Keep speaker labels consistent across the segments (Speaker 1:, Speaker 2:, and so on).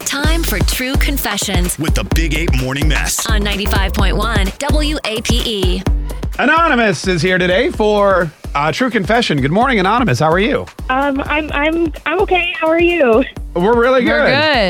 Speaker 1: time for True Confessions
Speaker 2: with the Big Eight Morning Mess.
Speaker 1: on 95.1 WAPE.
Speaker 3: Anonymous is here today for uh, True Confession. Good morning, Anonymous. How are you?
Speaker 4: Um, I'm I'm I'm okay. How are you?
Speaker 3: We're really good.
Speaker 5: We're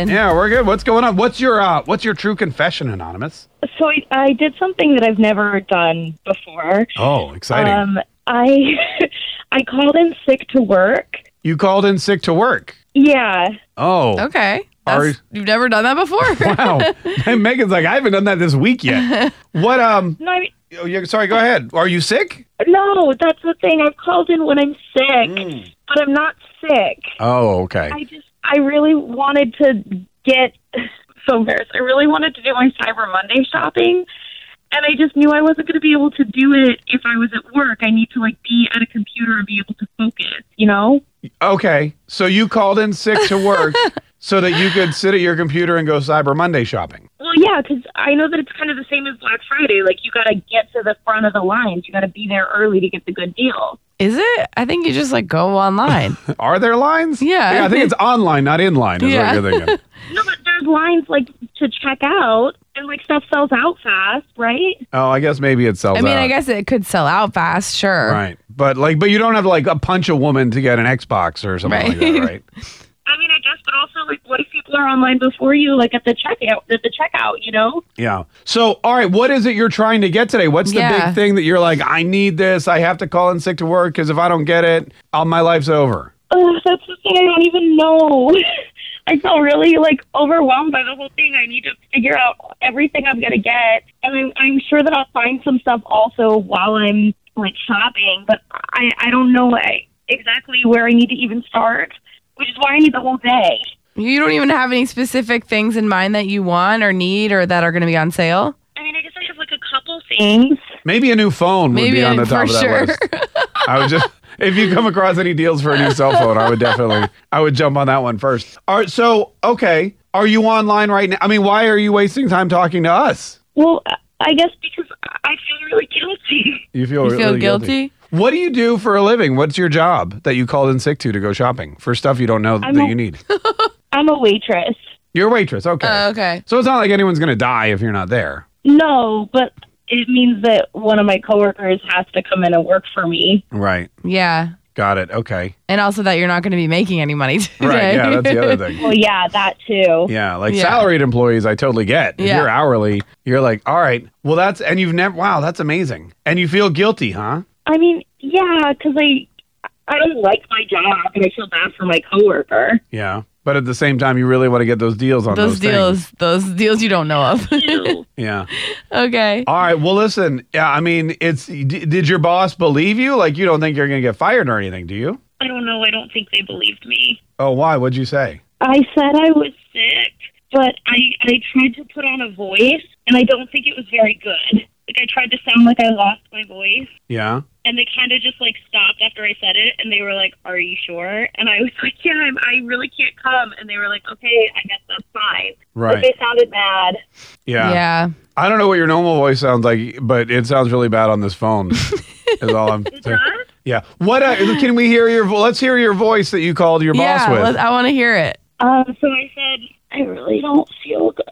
Speaker 5: good.
Speaker 3: Yeah, we're good. What's going on? What's your uh, What's your True Confession, Anonymous?
Speaker 4: So I, I did something that I've never done before.
Speaker 3: Oh, exciting!
Speaker 4: Um, I I called in sick to work.
Speaker 3: you called in sick to work.
Speaker 4: Yeah.
Speaker 3: Oh,
Speaker 5: Okay.
Speaker 3: Are-
Speaker 5: That's- you've never done that before.
Speaker 3: wow. And Megan's like, I haven't done that this week yet. what? Um.
Speaker 4: No, I,
Speaker 3: oh, you're- sorry. Go ahead. Are you sick?
Speaker 4: no, that's the thing. I've called in when I'm sick,
Speaker 3: Mm.
Speaker 4: but I'm not sick.
Speaker 3: Oh, okay.
Speaker 4: I just I really wanted to get so embarrassed. I really wanted to do my Cyber Monday shopping. And I just knew I wasn't going to be able to do it if I was at work. I need to like be at a computer and be able to focus, you know?
Speaker 3: okay. So you called in sick to work so that you could sit at your computer and go Cyber Monday shopping.
Speaker 4: Well, yeah, 'cause I know that it's kind of the same as Black Friday. Like, you got to get to the front of the lines. You got to be there early to get the good deal.
Speaker 5: Is it? I think you just like go online.
Speaker 3: Are there lines?
Speaker 5: Yeah.
Speaker 3: I think it's online, not in line. Is
Speaker 5: Yeah.
Speaker 3: what you're thinking.
Speaker 4: No, but there's lines like to check out, and like stuff sells out fast, right?
Speaker 3: Oh, I guess maybe it sells
Speaker 5: I mean,
Speaker 3: out.
Speaker 5: I guess it could sell out fast, sure.
Speaker 3: Right. But like but you don't have to like a punch a woman to get an Xbox or something like that,
Speaker 5: Right.
Speaker 3: right?
Speaker 4: I mean, I guess, but also like, what if people are online before you, like at the checkout, at the checkout, you know?
Speaker 3: yeah. So all right, what is it you're trying to get today? What's the
Speaker 5: Yeah.
Speaker 3: big thing that you're like, I need this, I have to call in sick to work because if I don't get it, all my life's over.
Speaker 4: Ugh, that's the thing. I don't even know. I feel really like overwhelmed by the whole thing. I need to figure out everything I'm gonna get, and I'm, I'm sure that I'll find some stuff also while I'm like shopping. But I I don't know like, exactly where I need to even start, which is why I need the whole day.
Speaker 5: You don't even have any specific things in mind that you want or need or that are going to be on sale.
Speaker 4: I mean, I guess I have like a couple things.
Speaker 3: Maybe a new phone would be
Speaker 5: Maybe
Speaker 3: on the
Speaker 5: a-
Speaker 3: top
Speaker 5: for
Speaker 3: of that
Speaker 5: sure.
Speaker 3: list. I would just if you come across any deals for a new cell phone, I would definitely I would jump on that one first. All right, so okay. Are you online right now? I mean, why are you wasting time talking to us?
Speaker 4: Well, I guess because I feel really guilty.
Speaker 3: You feel,
Speaker 5: You feel
Speaker 3: really
Speaker 5: guilty?
Speaker 3: What do you do for a living? What's your job that you called in sick to to go shopping for stuff you don't know
Speaker 4: I'm
Speaker 3: that
Speaker 4: a-
Speaker 3: you need?
Speaker 4: I'm a waitress.
Speaker 3: You're a waitress. Okay.
Speaker 5: Oh, okay.
Speaker 3: so it's not like anyone's going to die if you're not there.
Speaker 4: No, but it means that one of my coworkers has to come in and work for me.
Speaker 3: Right.
Speaker 5: Yeah.
Speaker 3: Got it. Okay.
Speaker 5: And also that you're not going to be making any money today.
Speaker 3: Right. Yeah, that's the other thing.
Speaker 4: Well, yeah, that too.
Speaker 3: Yeah, like
Speaker 5: Yeah.
Speaker 3: salaried employees, I totally get. If
Speaker 5: Yeah.
Speaker 3: you're hourly, you're like, all right, well, that's, and you've never, wow, that's amazing. And you feel guilty, huh?
Speaker 4: I mean, yeah, because I I don't like my job and I feel bad for my coworker.
Speaker 3: Yeah. But at the same time, you really want to get those deals on those,
Speaker 5: Those,
Speaker 3: things.
Speaker 5: deals, those deals you don't know of.
Speaker 4: Ew.
Speaker 3: Yeah.
Speaker 5: okay.
Speaker 3: All right. Well, listen, yeah, I mean, it's, d- did your boss believe you? Like, you don't think you're going to get fired or anything, do you?
Speaker 4: I don't know. I don't think they believed me.
Speaker 3: Oh, why? What'd you say?
Speaker 4: I said I was sick, but I I tried to put on a voice and I don't think it was very good. Like I tried to sound like I lost my voice.
Speaker 3: Yeah.
Speaker 4: And they kind of just like stopped after I said it, and they were like, "Are you sure?" And I was like, "Yeah, I'm, I really can't come." And they were like, "Okay, I guess that's fine." But
Speaker 3: Right.
Speaker 4: they sounded mad.
Speaker 3: Yeah.
Speaker 5: yeah.
Speaker 3: I don't know what your normal voice sounds like, but it sounds really bad on this phone. is all I'm saying.
Speaker 4: does?
Speaker 3: Yeah. What uh, can we hear your vo- let's hear your voice that you called your
Speaker 5: yeah.
Speaker 3: boss with.
Speaker 5: let- I want to hear it.
Speaker 4: Um, so I said, I really don't feel good.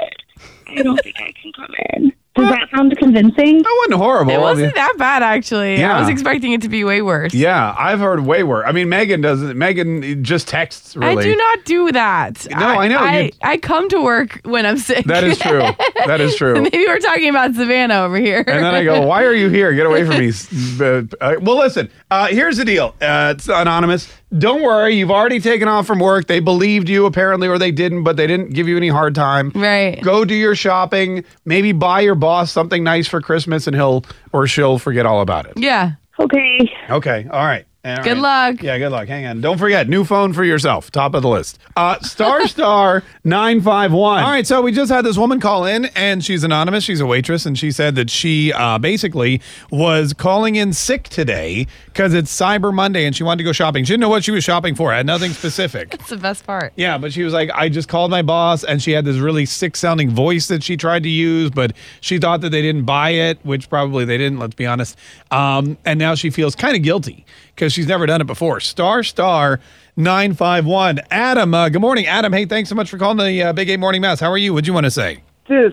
Speaker 4: I don't think I can come in. Does that sound convincing?
Speaker 3: that wasn't horrible.
Speaker 5: It
Speaker 3: I mean,
Speaker 5: wasn't that bad, actually.
Speaker 3: Yeah.
Speaker 5: I was expecting it to be way worse.
Speaker 3: yeah, I've heard way worse. I mean, Megan doesn't. Megan just texts really.
Speaker 5: I do not do that.
Speaker 3: No, I know,
Speaker 5: I,
Speaker 3: you-
Speaker 5: I come to work when I'm sick.
Speaker 3: That is true. That is true.
Speaker 5: Maybe we're talking about Savannah over here.
Speaker 3: And then I go, "Why are you here? Get away from me!" S- uh, uh, well, listen. Uh, here's the deal. Uh, it's anonymous. Don't worry. You've already taken off from work. They believed you apparently, or they didn't, but they didn't give you any hard time.
Speaker 5: Right.
Speaker 3: Go do your shopping. Maybe buy your boss something nice for Christmas, and he'll or she'll forget all about it.
Speaker 5: Yeah.
Speaker 4: Okay.
Speaker 3: Okay. All right. All right.
Speaker 5: Good luck.
Speaker 3: Yeah, good luck. Hang on. Don't forget, new phone for yourself. Top of the list. Uh, star star 951. All right, so we just had this woman call in, and she's anonymous. She's a waitress, and she said that she uh, basically was calling in sick today because it's Cyber Monday and she wanted to go shopping. She didn't know what she was shopping for, had nothing specific.
Speaker 5: That's the best part.
Speaker 3: Yeah, but she was like, I just called my boss, and she had this really sick sounding voice that she tried to use, but she thought that they didn't buy it, which probably they didn't, let's be honest. Um, and now she feels kind of guilty because she's never done it before. Star star nine five one. Adam, uh, good morning, Adam. Hey, thanks so much for calling the uh, Big Eight Morning Mass. How are you? What'd you want to say?
Speaker 6: this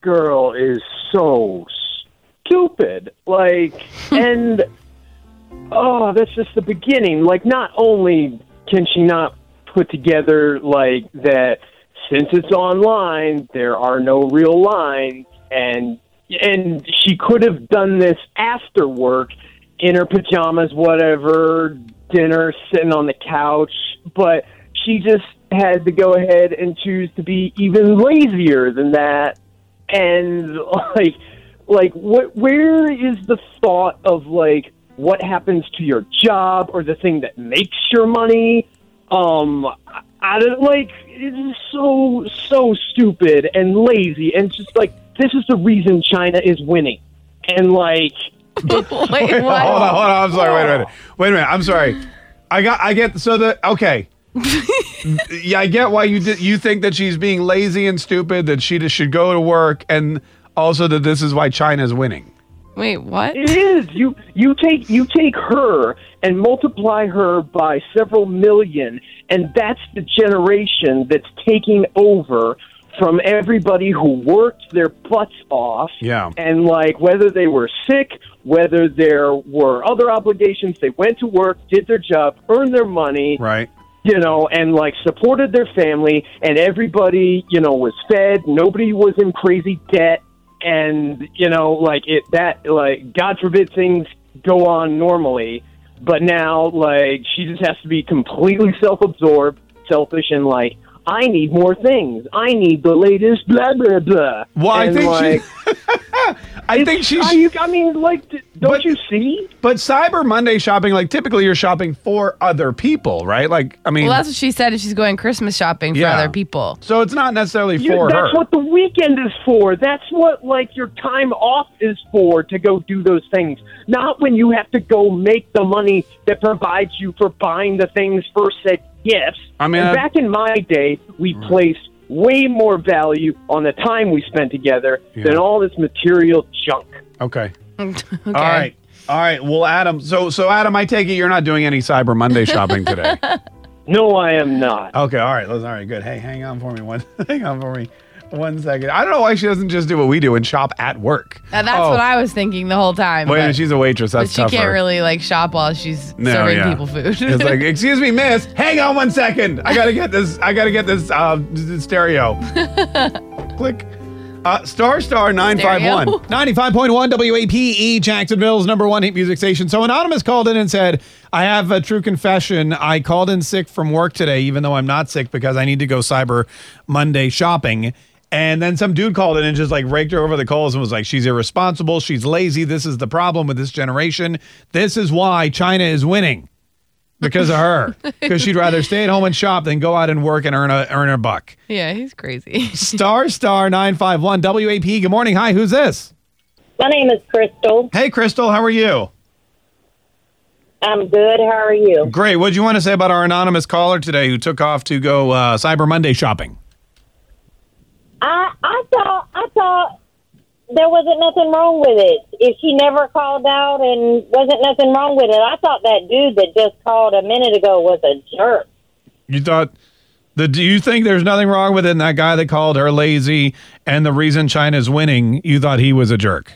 Speaker 6: girl is so stupid. Like, and oh, that's just the beginning. Like, not only can she not put together like that, since it's online, there are no real lines, and and she could have done this after work in her pajamas, whatever, dinner, sitting on the couch, but she just had to go ahead and choose to be even lazier than that. And like, like, what? Where is the thought of like what happens to your job or the thing that makes your money? Um, I- I don't like. It is so so stupid and lazy, and just like this is the reason China is winning, and like.
Speaker 5: Wait, what?
Speaker 3: Hold on, hold on. I'm sorry. Wait a minute.
Speaker 6: Oh.
Speaker 3: Wait a minute. I'm sorry. I got. I get. So the okay. yeah, I get why you did. You think that she's being lazy and stupid. That she just should go to work, and also that this is why China's winning.
Speaker 5: Wait, what?
Speaker 6: It is. You you take you take her and multiply her by several million, and that's the generation that's taking over from everybody who worked their butts off.
Speaker 3: Yeah.
Speaker 6: And like whether they were sick, whether there were other obligations, they went to work, did their job, earned their money,
Speaker 3: Right.
Speaker 6: you know, and like supported their family, and everybody, you know, was fed. Nobody was in crazy debt, and you know, like it that like God forbid things go on normally, but now like she just has to be completely self-absorbed, selfish, and like I need more things. I need the latest blah blah blah.
Speaker 3: Well, I
Speaker 6: And,
Speaker 3: think
Speaker 6: like,
Speaker 3: she. I think she's.
Speaker 6: Are you, I mean, like, d- don't
Speaker 3: But-
Speaker 6: you see?
Speaker 3: but Cyber Monday shopping, like typically, you're shopping for other people, right? Like, I mean,
Speaker 5: Well, that's what she said. Is she's going Christmas shopping for
Speaker 3: Yeah.
Speaker 5: other people.
Speaker 3: so it's not necessarily
Speaker 6: You-
Speaker 3: for
Speaker 6: that's
Speaker 3: her.
Speaker 6: what the weekend is for. That's what like your time off is for to go do those things. Not when you have to go make the money that provides you for buying the things for said gifts.
Speaker 3: I Mm. mean,
Speaker 6: And
Speaker 3: I-
Speaker 6: back in my day, we placed way more value on the time we spent together than all this material junk.
Speaker 3: okay.
Speaker 5: okay.
Speaker 3: All right. All right. Well, Adam. So, so Adam, I take it you're not doing any Cyber Monday shopping today.
Speaker 6: No, I am not.
Speaker 3: Okay, all right, listen, all right, good. Hey, hang on for me one, hang on for me one second. I don't know why she doesn't just do what we do and shop at work.
Speaker 5: Now, that's
Speaker 3: Oh,
Speaker 5: what I was thinking the whole time.
Speaker 3: Wait, a
Speaker 5: but,
Speaker 3: minute, she's a waitress.
Speaker 5: but
Speaker 3: That's
Speaker 5: she
Speaker 3: tougher.
Speaker 5: can't really like shop while she's
Speaker 3: No,
Speaker 5: serving
Speaker 3: yeah.
Speaker 5: people food.
Speaker 3: It's like, excuse me, miss. Hang on one second. I gotta get this. I gotta get this uh, s- stereo. Click. Uh, star star 951
Speaker 5: Stereo.
Speaker 3: 95.1 WAPE E, Jacksonville's number one hit music station. So anonymous called in and said, "I have a true confession. I called in sick from work today even though I'm not sick because I need to go Cyber Monday shopping." And then some dude called in and just like raked her over the coals and was like, "She's irresponsible. She's lazy. This is the problem with this generation. This is why China is winning." because of her. Because she'd rather stay at home and shop than go out and work and earn a earn a buck.
Speaker 5: yeah, he's crazy.
Speaker 3: Star star nine five one WAP. Good morning. Hi, who's this?
Speaker 7: My name is Crystal.
Speaker 3: Hey, Crystal. How are you?
Speaker 7: I'm good. How are you?
Speaker 3: Great. What do you want to say about our anonymous caller today who took off to go uh, Cyber Monday shopping?
Speaker 7: I I thought I thought there wasn't nothing wrong with it. If she never called out and wasn't nothing wrong with it, I thought that dude that just called a minute ago was a jerk.
Speaker 3: You thought. The, do you think there's nothing wrong with it? And that guy that called her lazy and the reason China's winning, you thought he was a jerk.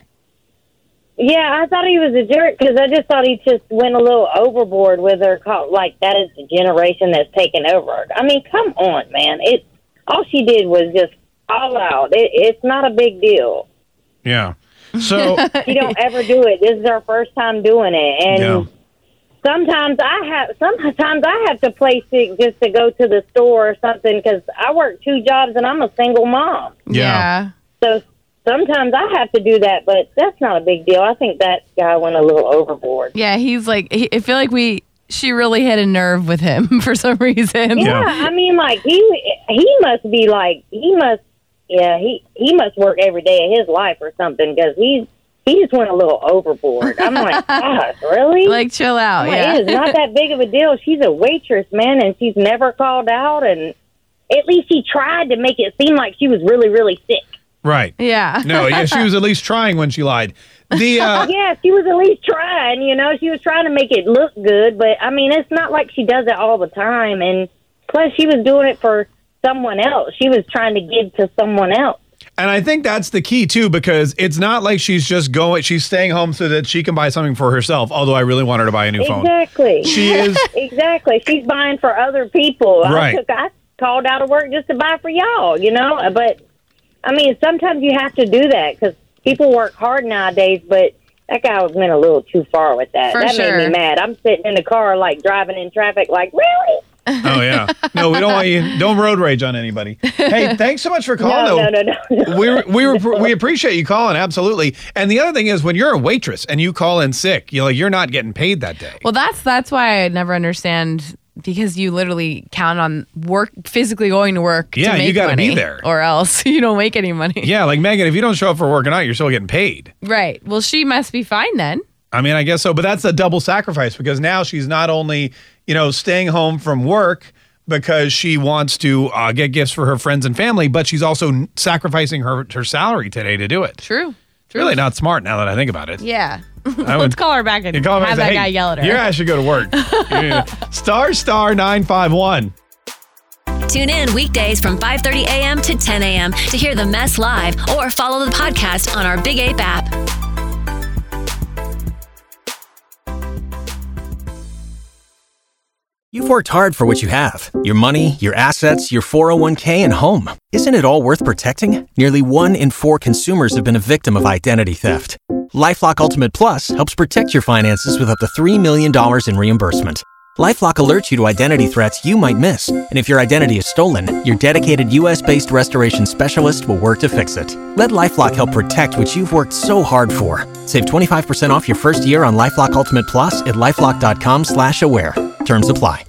Speaker 7: Yeah, I thought he was a jerk because I just thought he just went a little overboard with her. Call. Like that is the generation that's taken over. I mean, come on, man. It all she did was just all out. It, it's not a big deal.
Speaker 3: Yeah. So,
Speaker 7: She don't ever do it. This is her first time doing it, and
Speaker 3: yeah.
Speaker 7: sometimes I have sometimes I have to play sick just to go to the store or something because I work two jobs and I'm a single mom.
Speaker 3: Yeah.
Speaker 7: So sometimes I have to do that, but that's not a big deal. I think that guy went a little overboard.
Speaker 5: Yeah, he's like, he, I feel like we, she really hit a nerve with him for some reason.
Speaker 3: Yeah.
Speaker 7: Yeah, I mean, like he he must be like he must yeah he he must work every day of his life or something because he's he just went a little overboard. I'm like, gosh, really?
Speaker 5: Like, chill out.
Speaker 3: Oh,
Speaker 7: Well,
Speaker 5: yeah.
Speaker 7: It is not that big of a deal. She's a waitress, man, and she's never called out. And at least she tried to make it seem like she was really, really sick.
Speaker 3: Right.
Speaker 5: Yeah.
Speaker 3: No, yeah, she was at least trying when she lied. The uh,
Speaker 7: Yeah, she was at least trying, you know, she was trying to make it look good, but I mean, it's not like she does it all the time and plus she was doing it for someone else. She was trying to give to someone else.
Speaker 3: And I think that's the key too, because it's not like she's just going. She's staying home so that she can buy something for herself. Although I really want her to buy a new phone.
Speaker 7: Exactly.
Speaker 3: She is
Speaker 7: exactly. She's buying for other people.
Speaker 3: Right.
Speaker 7: I took I called out of work just to buy for y'all, you know? But I mean, sometimes you have to do that cuz people work hard nowadays, but that guy went a little too far with that.
Speaker 5: For
Speaker 7: that made
Speaker 5: sure.
Speaker 7: me mad. I'm sitting in the car like driving in traffic like, "Really?"
Speaker 3: Oh yeah. No, we don't want you. Don't road rage on anybody. Hey, thanks so much for calling.
Speaker 7: No,
Speaker 3: though.
Speaker 7: no, no, no, no.
Speaker 3: We were- we were, we appreciate you calling absolutely. And the other thing is when you're a waitress and you call in sick, you're like you're not getting paid that day.
Speaker 5: Well, that's that's why I never understand because you literally count on work physically going to work.
Speaker 3: Yeah,
Speaker 5: to
Speaker 3: you
Speaker 5: make
Speaker 3: gotta be
Speaker 5: money,
Speaker 3: there.
Speaker 5: or else you don't make any money.
Speaker 3: yeah, like Megan, if you don't show up for working out, you're still getting paid.
Speaker 5: Right. Well, she must be fine then.
Speaker 3: I mean, I guess so, but that's a double sacrifice because now she's not only, you know, staying home from work because she wants to uh, get gifts for her friends and family, but she's also n- sacrificing her, her salary today to do it.
Speaker 5: True.
Speaker 3: It's really not smart now that I think about it.
Speaker 5: Yeah.
Speaker 3: I
Speaker 5: Let's
Speaker 3: would-
Speaker 5: call her back and
Speaker 3: You call him
Speaker 5: have
Speaker 3: and say,
Speaker 5: that
Speaker 3: "Hey,
Speaker 5: guy yell at her.
Speaker 3: Your ass should go to work. Yeah. Star star nine five one.
Speaker 1: Tune in weekdays from 5:30 a.m. to 10 a.m. to hear the mess live or follow the podcast on our Big Ape app.
Speaker 8: You've worked hard for what you have your money, your assets, your 401k, and home. Isn't it all worth protecting? Nearly one in four consumers have been a victim of identity theft. Lifelock Ultimate Plus helps protect your finances with up to $3 million in reimbursement. Lifelock alerts you to identity threats you might miss, and if your identity is stolen, your dedicated U.S.-based restoration specialist will work to fix it. Let LifeLock help protect what you've worked so hard for. Save 25% off your first year on LifeLock Ultimate Plus at lifeLock.com/aware. Terms apply.